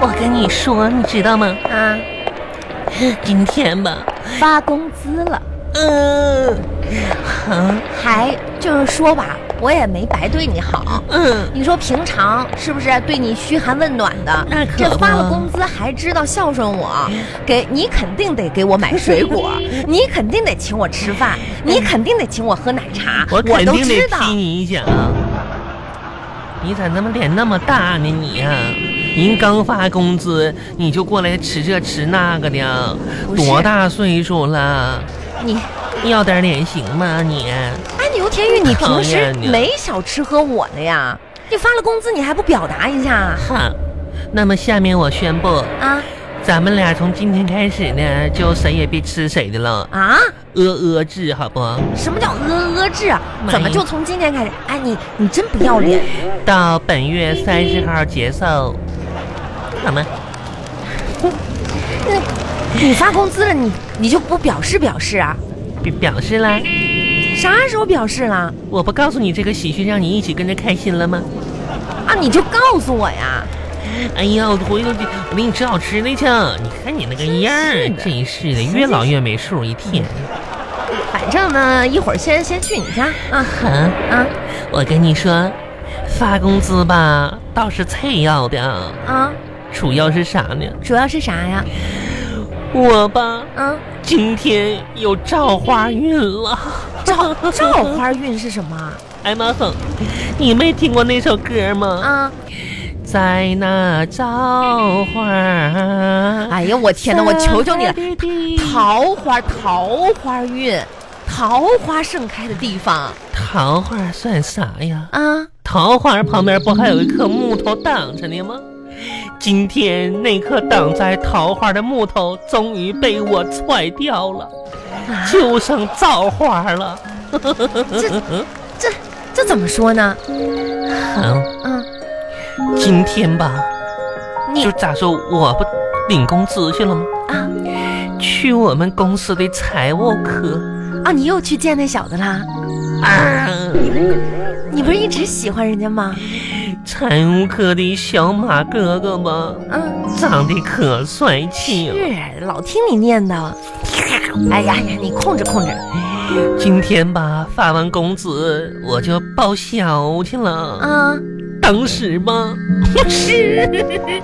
我跟你说，你知道吗？啊，今天吧，发工资了，嗯、嗯还就是说吧，我也没白对你好。嗯，你说平常是不是对你嘘寒问暖的？那可不啊哎这发了工资还知道孝顺我，给你肯定得给我买水果，你肯定得请我吃饭，你肯定得请我喝奶茶，哎我肯都定知得道。踢你一啊脚。你咋那么脸那么大呢你啊？人刚发工资你就过来吃这吃那个的啊不，是多大岁数了？你，要点脸行吗你？哎，牛天玉，你平讨时厌你了没少吃喝我的呀？你发了工资你还不表达一下啊哈，那么下面我宣布，啊？咱们俩从今天开始呢，就谁也别吃谁的了，啊呃呃制好不？什么叫呃呃制啊？妈呀怎么就从今天开始？哎，你你真不要脸！到本月三十号结束，好吗？那你发工资了，你你就不表示表示啊？表表示啦，啥时候表示了我不告诉你这个喜讯，让你一起跟着开心了吗？啊？你就告诉我呀！哎呀，我回头就我给你吃好吃的去。你看你那个样儿，真是的，越老越没数，一 天。反正呢，一会儿先先去你家啊哼，啊我跟你说，发工资吧倒是菜要的，啊！主要是啥呢？主要是啥呀？我吧，啊，今天有造花运了。 赵赵花运是什么哎妈哼，你没听过那首歌吗？啊？在那造花。 哎呀，我天哪！我求求你了，了，桃花桃花运，桃花盛开的地方桃花算啥呀？啊！桃花旁边不还有一棵木头挡着呢吗？今天那棵挡在桃花的木头终于被我踹掉了，啊就剩造花了。这这怎么说呢？好，啊，今天吧，你就咋说，我不领工资去了吗？啊去我们公司的财务科啊，你又去见那小子啦？啊，你不是一直喜欢人家吗？财务科的小马哥哥吧，嗯，长得可帅气了。是，老听你念叨。哎呀呀，你控制控制今天吧，发完工资我就报销去了。啊！当时吧，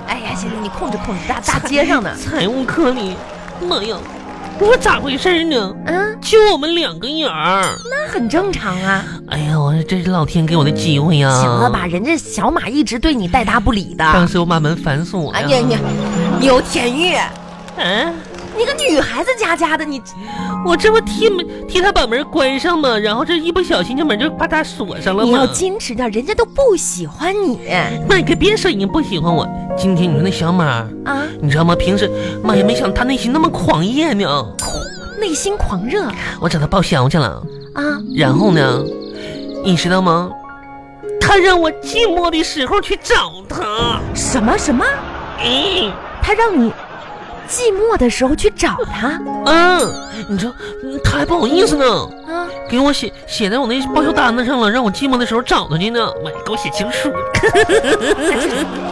哎呀，行行，你控制控制，大大街上呢，财务科里，妈呀，我咋回事呢？嗯，就我们两个眼儿。那很正常啊。哎呀，我说这是老天给我的机会呀、行了吧，？人家小马一直对你带答不理的。当时我把门反锁了。哎呀哎呀，牛天玉，嗯、你个女孩子家家的，你我这不替门替他把门关上吗？然后这一不小心，这门就把他锁上了你吗？要矜持点，人家都不喜欢你妈，你可别说人家不喜欢我。今天你说那小马，啊，你知道吗？平时妈也没想他内心那么狂野呢。内心狂热我找他报销去了。啊。然后呢，你知道吗？他让我寂寞的时候去找他。什么什么？嗯他让你寂寞的时候去找他嗯，你说嗯他还不好意思呢，啊？给我写写在我那报销单子上了，让我寂寞的时候找他去呢。妈呀，给我写情书，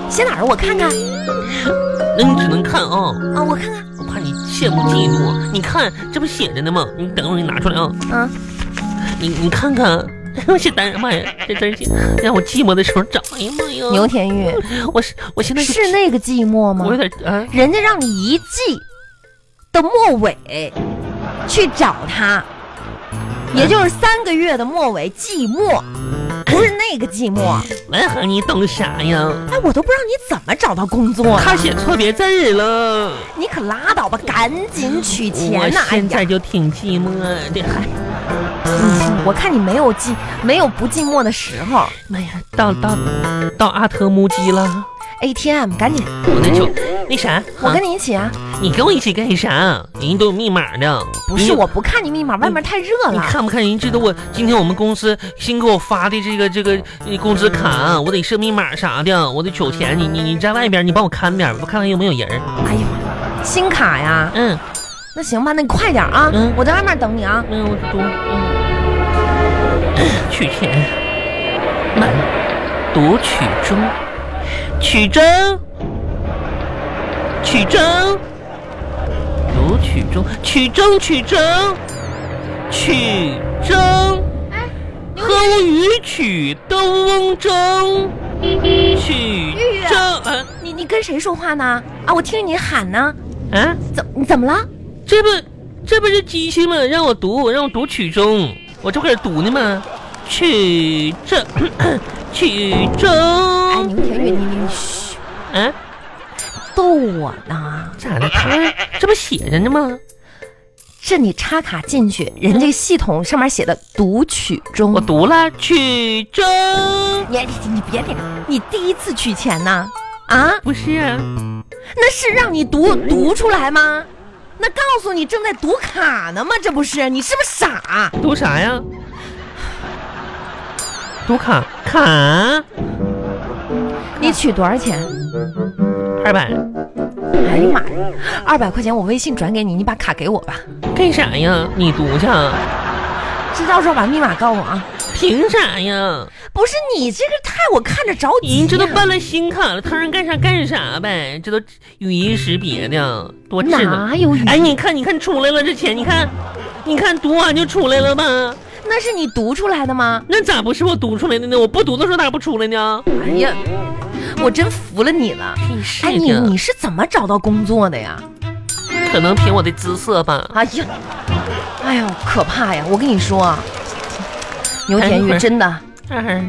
写哪儿？我看看那你只能看啊、啊，我看看我怕你羡慕嫉妒。啊你看这不写着呢吗？你等会儿给你拿出来啊、啊。你你看看。 我写单，妈呀，这真是让我寂寞的时候找。哎呀妈呀，牛田玉我是我现在就是那个寂寞吗我？有点啊，人家让你一季的末尾去找他，也就是三个月的末尾寂寞， 不是那个寂寞。文恒，你懂啥呀？哎，我都不知道你怎么找到工作他的，写错别字儿了。你可拉倒吧，赶紧取我钱呐、哎现呀，在就挺寂寞的，哎嗨，我看你没有寂，没有不寂寞的时候。妈呀，到到到阿特木基了， ATM，赶紧，哎我那就那啥，我跟你你一起啊！你跟我一起干啥？人家都有密码呢，不你是，我。不看你密码，外面太热你了。看不看人知道我今天我们公司新给我发的这个这个呃工资卡，我得设密码啥的，我得取钱。你你你在外边，你帮我看点儿，我看看有没有人儿。哎呦，新卡呀，嗯那行吧，那你快点啊，嗯我在外面等你啊。嗯，我多嗯，取钱，满读取中，取中，曲征，有曲征，曲征，曲征，曲征，齁鱼曲兜翁征，曲玉玉征，啊你你跟谁说话呢？啊，我听你喊呢，啊，怎你怎么了？这不这不是机器吗？让我读，让我读曲征，我这不搁这读呢吗？曲征， 曲哎，征你，们田玉，你你嘘，啊，逗我呢？咋的？他这不写着呢吗？这你插卡进去，人家系统上面写的读取中。我读了曲征，你你你别点，你第一次取钱呢？啊，不是啊。那是让你读读出来吗？那告诉你正在读卡呢吗？这不是你是不是傻？读啥呀？读卡卡你取多少钱？二百，哎呀妈呀，二百块钱我微信转给你，你把卡给我吧。干啥呀？你读去啊，这到时候把密码告诉我啊。凭啥呀？不是你这个太我看着着急、你这都办了新卡了，他让干啥干啥呗，这都语音识别的，多智能！哪有语？哎，你看，你看出来了，这钱，你看，你看读完就出来了吧？那是你读出来的吗？那咋不是我读出来的呢？我不读的时候咋不出来呢？哎呀，我真服了你了。真是哎，你的，你是怎么找到工作的呀？可能凭我的姿色吧。哎呀，哎呦，可怕呀！我跟你说啊，牛田哎一会哎玉儿真的二二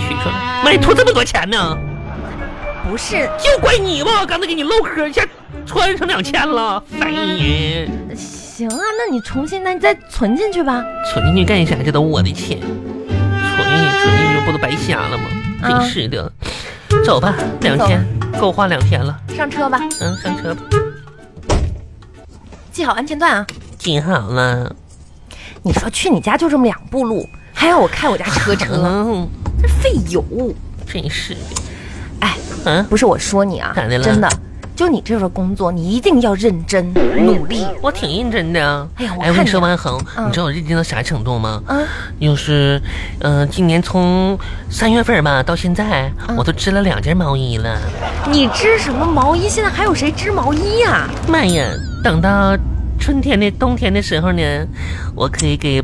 取出来，妈呀，图这么多钱呢？不是就怪你吧，刚才给你唠嗑，一下穿成两千了，烦人！行啊，那你重新，那你再存进去吧。存进去干啥？这都我的钱，存进去存进去不都白瞎了吗？真啊是的，嗯走吧，两天够花两天了。上车吧，嗯，上车吧，系好安全带啊！记好了。你说去你家就这么两步路，还要我开我家车 车，嗯，这费油。真是的。哎，嗯，不是我说你啊咋的，了真的，就你这份工作，你一定要认真努力。我挺认真的啊。哎呀我哎，我看跟你你说，了王恒，嗯你知道我认真到啥程度吗？啊，就是，嗯、今年从三月份吧到现在，嗯我都织了两件毛衣了。你织什么毛衣？现在还有谁织毛衣呀、妈呀！等到春天的、冬天的时候呢，我可以给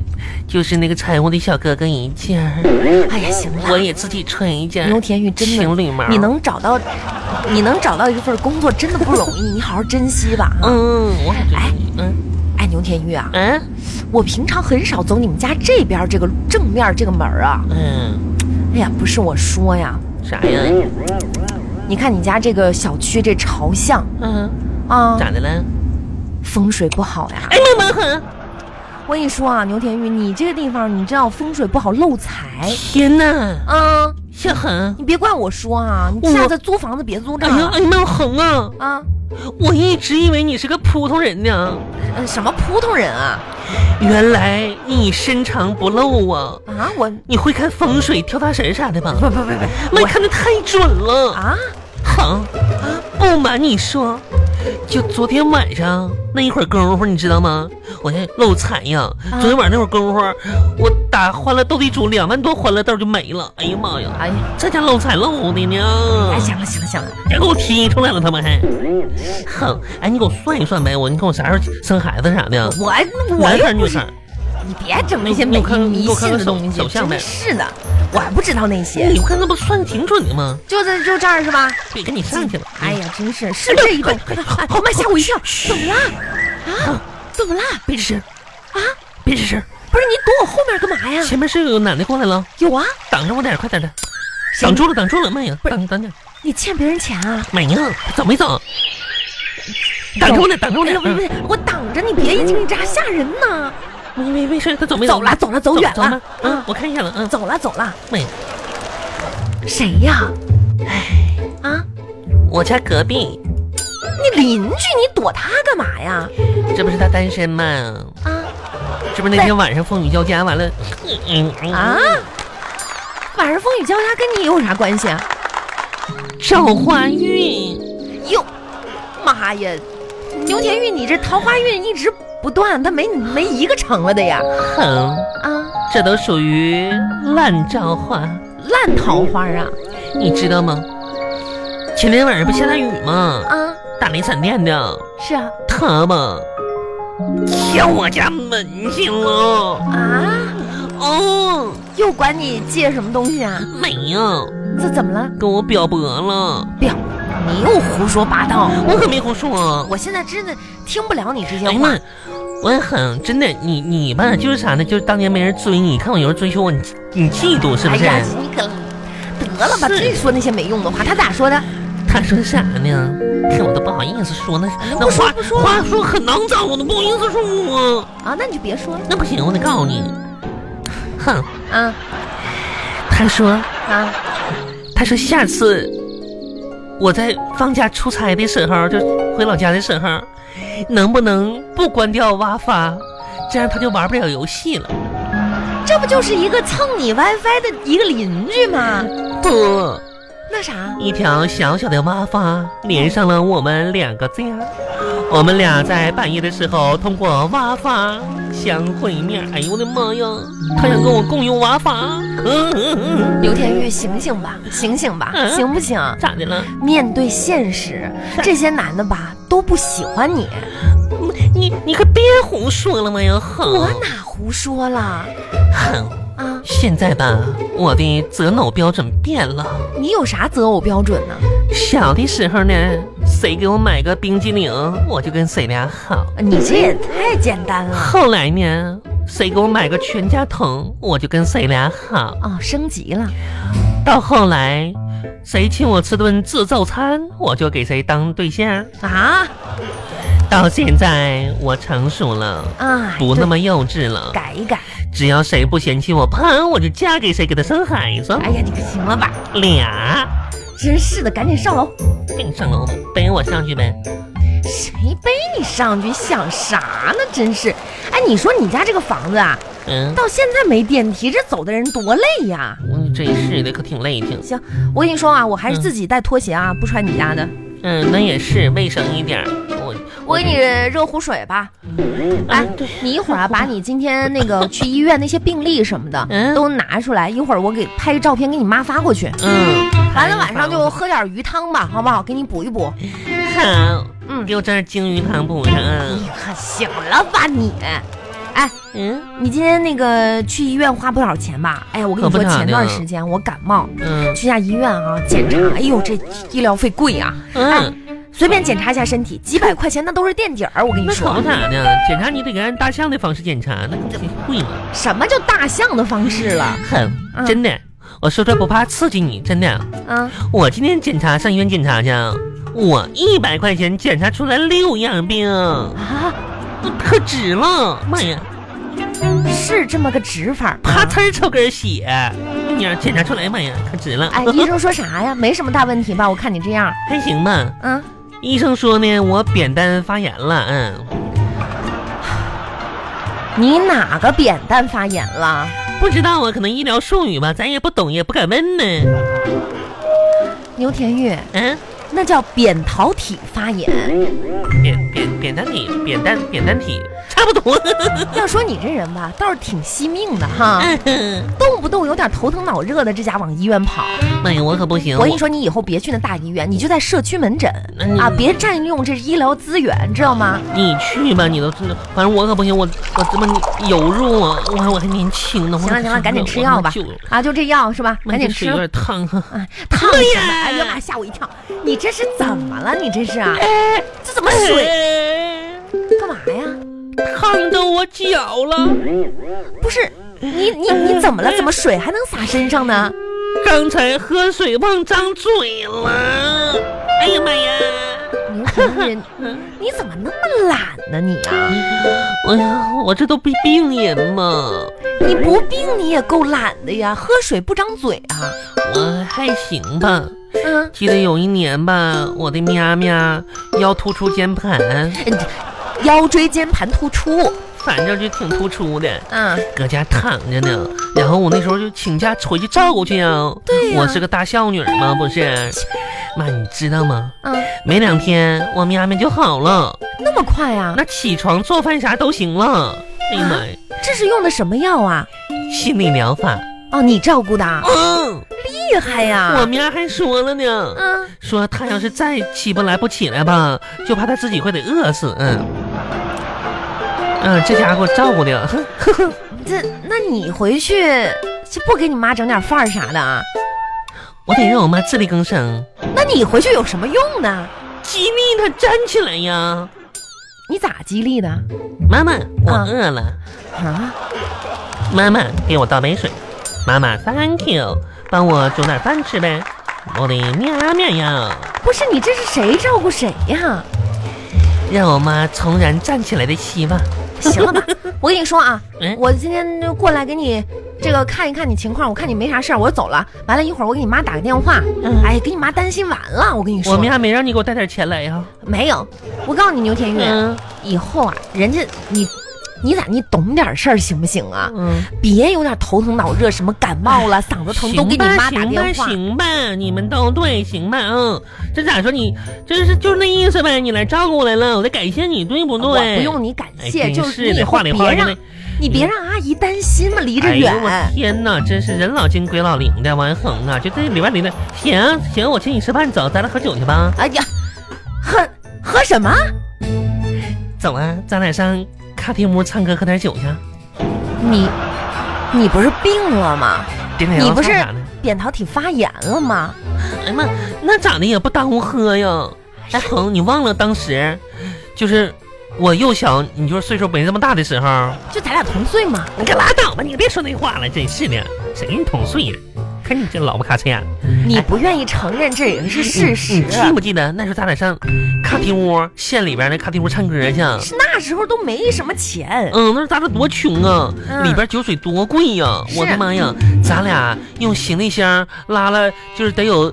就是那个财务的小哥哥一件儿，哎呀，行了，我也自己穿一件儿。牛田玉真的，情侣毛，你？能找到，你能找到一份工作真的 不容易，你好好珍惜吧。啊嗯，我很哎嗯哎，牛田玉啊，嗯我平常很少走你们家这边这个正面这个门儿啊。嗯，哎呀，不是我说呀，啥呀？你看你家这个小区这朝向嗯，啊，咋的了？风水不好呀。哎呀妈妈很，我跟你说啊，牛田玉，你这个地方你知道风水不好漏财。天哪，啊，小恒，你别怪我说啊，你我下次租房子别租这哎呀儿哎呀妈恒啊，啊。我一直以为你是个普通人呢，呃，什么普通人啊？原来你深藏不露啊。啊，我你会看风水、跳大神啥的吧？不不不不妈，你看的太准了！啊，好，不瞒你说，就昨天晚上那一会儿功夫，你知道吗？我那漏财呀！啊昨天晚上那会儿功夫，我打欢乐斗地主两万多欢乐豆就没了。哎呀妈呀！哎呀，这家漏财漏的呢哎，，行了行了行了，还给我踢出来了，他们还。哼，哎，你给我算一算呗，我你看我啥时候生孩子啥的？我我男又孩不女是孩？你别整那些你美给我看迷你给我看信看的手东西，手相嗯真呗是的，我还不知道那些哎你，看那不算的挺准的吗？就在就这儿是吧？对，给你上去了。嗯哎呀，真是是这一栋，快快哎妈吓我一跳，怎么啦？啊，怎么啦？别吱声，啊，别吱声，不是你躲我后面干嘛呀？前面是有男的过来了，有啊，挡着我点儿，快点儿的，谁挡住了，挡住了，慢呀，不是挡挡点儿，你欠别人钱啊？慢呀，走没走？挡住了，挡住哎了嗯呀，，不是不是，我挡着你，别一惊一乍吓人呢。没没没事，他走没走了走了走远了嗯啊，我看一下了，嗯，走了走了，妹，谁呀？哎，啊，我家隔壁，你邻居，你躲他干嘛呀？这不是他单身吗？啊。这不是那天晚上风雨交加，完了，嗯嗯啊，晚上风雨交加跟你有啥关系啊？赵化运，哟，妈呀，牛田玉，你这桃花运一直不断，它没没一个成了的呀！哼，啊，这都属于烂造化，烂桃花啊你知道吗？前天晚上不下大雨吗？啊！大雷闪电的，是啊他嘛敲我家门去了。啊，哦，又管你借什么东西啊？没有，这怎么了？跟我表白了，表，哎你又胡说八道！我可没胡说。我现在真的听不了你这些哎呀话妈，，我也很真的，你你吧，就是啥呢？就是当年没人追你，看我有人追求我，你你嫉妒是不哎是？呀，你可得了吧，是真说那些没用的话。他咋说的？他说啥呢？看我都不好意思说，那那哎不说话不说话说很肮脏，我都不好意思说。啊，那你就别说了那不行，我得告诉你。哼，啊他说啊！他说下次我在放假出差的时候，就回老家的时候，能不能不关掉挖发？这样他就玩不了游戏了。这不就是一个蹭你 WiFi 的一个邻居吗？不。那啥，一条小小的蛙发连上了我们两个家，我们俩在半夜的时候通过蛙发相会面。哎呦我的妈呀！他想跟我共用蛙发，嗯嗯嗯，刘天玉，醒醒吧，醒醒吧，嗯行不行？咋的了？面对 现实，这些男的吧都不喜欢你。你你可别胡说了嘛呀！我哼哪胡说了哼，啊？现在吧，我的择偶标准变了。你有啥择偶标准呢？小的时候呢，谁给我买个冰激凌，我就跟谁俩好。你这也太简单了后来呢，谁给我买个全家桶，我就跟谁俩好。啊！升级了，到后来，谁请我吃顿自助餐，我就给谁当对象。啊到现在，我成熟了，啊，不那对么幼稚了。改一改。只要谁不嫌弃我胖，我就嫁给谁，给他生孩子。哎呀，你可行了吧？俩，真是的，赶紧上楼！跟你上楼吧，背我上去呗。谁背你上去？想啥呢？真是！哎，你说你家这个房子啊，嗯，到现在没电梯，这走的人多累呀！嗯这是的，可挺累挺。行，我跟你说啊，我还是自己带拖鞋啊，不穿你家的。嗯，那也是卫生一点儿。我我给你热壶水吧。哎嗯，对，你一会儿啊，把你今天那个去医院那些病历什么的嗯都拿出来，一会儿我给拍个照片给你妈发过去。嗯，完了晚上就喝点鱼汤吧，好不好？给你补一补。好，嗯，给我这儿鲸鱼汤补上啊。你可哎行了吧你？哎，嗯你今天那个去医院花不少钱吧？哎，我跟你可不说，咋的前段时间我感冒嗯去下医院啊检查，哎呦这医疗费贵啊！哎嗯。，随便检查一下身体，几百块钱那都是垫底儿。我跟你那可说不，咋的，检查你得按大象的方式检查，那肯定会嘛。什么叫大象的方式了？很嗯真的，我说这不怕刺激你，真的。啊，我今天检查上医院检查去，我一百块钱检查出来六样病，啊，可值了。妈呀，是这么个指法吗？啪呲儿抽根血，你要检查出来，妈呀，可值了。哎，医生说啥呀？没什么大问题吧？我看你这样，还行吧。嗯，医生说呢，我扁担发炎了，嗯，你哪个扁担发炎了？不知道啊，可能医疗术语吧，咱也不懂，也不敢问呢。牛田玉，嗯嗯，那叫扁桃体发炎。扁扁扁担体，扁担扁担体，差不多。要说你这人吧，倒是挺惜命的哈， 嗯动不动有点头疼脑热的，这家往医院跑。妈呀，我可不行！我跟你，说，你以后别去那大医院，你就在社区门诊那你啊，别占用这医疗资源，知道吗？你去吧，你都知道。反正我可不行，我我这么有肉啊，我还我还年轻呢。行了行了，赶紧吃药吧就，啊，就这药是吧？赶紧吃有。点烫哈。啊，烫对什呀么？哎呀妈，吓我一跳！你这是怎么了？你这是啊？这怎么水水干嘛呀？烫到我脚了。不是你你你怎么了？怎么水还能洒身上呢？刚才喝水忘张嘴了。哎呀妈呀！牛田玉，你怎么那么懒呢？你啊，哎呀，我这都被病人嘛，你不病你也够懒的呀！喝水不张嘴啊？我还行吧。嗯，记得有一年吧，我的喵喵腰突出间盘，腰椎间盘突出，反正就挺突出的。嗯，搁家躺着呢，然后我那时候就请假回去照顾去啊。对呀我是个大孝女儿嘛，不是？妈，你知道吗？嗯，没两天我喵喵就好了，那么快啊？那起床做饭啥都行了。哎呀妈呀，这是用的什么药啊？心理疗法，哦，你照顾的啊，嗯，厉厉害呀！我明儿还说了呢，嗯，说他要是再起不来不起来吧，就怕他自己会得饿死。嗯，嗯，这家伙照顾的，哼这那你回去就不给你妈整点饭儿啥的啊？我得让我妈自力更生，那你回去有什么用呢？激励他站起来呀！你咋激励的妈妈，我啊饿了，啊？妈妈给我倒杯水，妈妈 thank you，帮我煮点饭吃呗，我的喵喵呀！不是你这是谁照顾谁 呀？让我妈重燃站起来的希望。行了吧，我跟你说啊嗯，我今天就过来给你这个看一看你情况，我看你没啥事儿，我就走了。完了一会儿我给你妈打个电话，嗯哎，给你妈担心完了。我跟你说，我们还没让你给我带点钱来呀？没有，我告诉你牛天月，嗯以后啊，人家你你咋你懂点事儿行不行啊？嗯，别有点头疼脑热，什么感冒了、嗓子疼都给你妈打行电吧，话。行吧，你们都对，行吧，嗯，这咋说你，这是就是那意思呗，你来照顾我来了，我得感谢你，对不对？我不用你感哎谢，真就是是你以的，后话里别话让外的。你别让阿姨担心嘛，离着哎呦远。我天哪，真是人老精鬼老灵的，王恒啊，就这里边里的。行行，我请你吃饭，走，咱俩喝酒去吧。哎呀，喝喝什么？走啊，咱俩上咖啡屋唱歌喝点酒去。你你不是病了吗？点点你羊不肉是串啥的。扁桃体发炎了吗？哎妈，那咋的也不耽误喝呀？哎恒，你忘了当时，就是我幼小，你就是岁数没这么大的时候，就咱俩同岁嘛。你可拉倒吧，你别说那话了，真是的，谁跟你同岁呀？看你这老不卡哧眼，你不愿意承认这也哎是事实啊你，记不记得那时候咱俩上咖啡屋县里边那咖啡屋唱歌去？啊是那时候都没什么钱。嗯，那时候咱俩多穷啊，嗯里边酒水多贵呀、是我的妈呀，咱俩用行李箱拉了，就是得有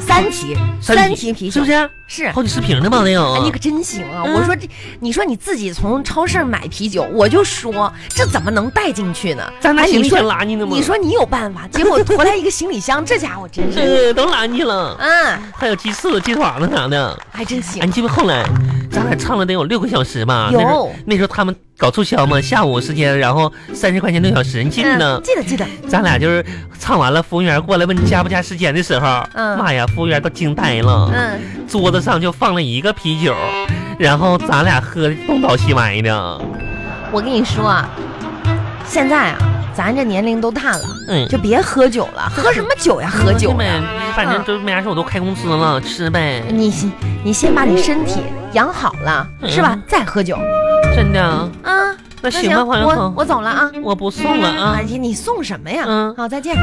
三提三提啤是酒不是？是好几十瓶呢吧，得有。哎，你可真行啊！嗯我说这，你说你自己从超市买啤酒，我就说这怎么能带进去呢？咱拿哎行李箱你说拉你呢吗？你说你有办法，结果驮来一个行李箱，这家伙真是，这都拉进去了，嗯，还有鸡翅、鸡腿儿子啥的。还真行哎，。你记不后来咱俩唱了得有六个小时吧？有那时候那时候他们搞促销嘛，下午时间，然后三十块钱六小时，你记不呢嗯，？记得记得，咱俩就是唱完了，服务员过来问加不加时间的时候，嗯妈呀，服务员都惊呆了。嗯，桌子上就放了一个啤酒，然后咱俩喝的东倒西歪的。我跟你说啊，现在啊，咱这年龄都大了，嗯，就别喝酒了，喝什么酒呀？喝酒呗呀！，嗯反正都没啥事，我都开工资了，吃呗。你先你先把你身体养好了，是吧？再喝酒真的，啊。嗯那那行吧，黄小我鹏，我走了啊。我不送了啊哎。呀，你送什么呀？嗯好，再见。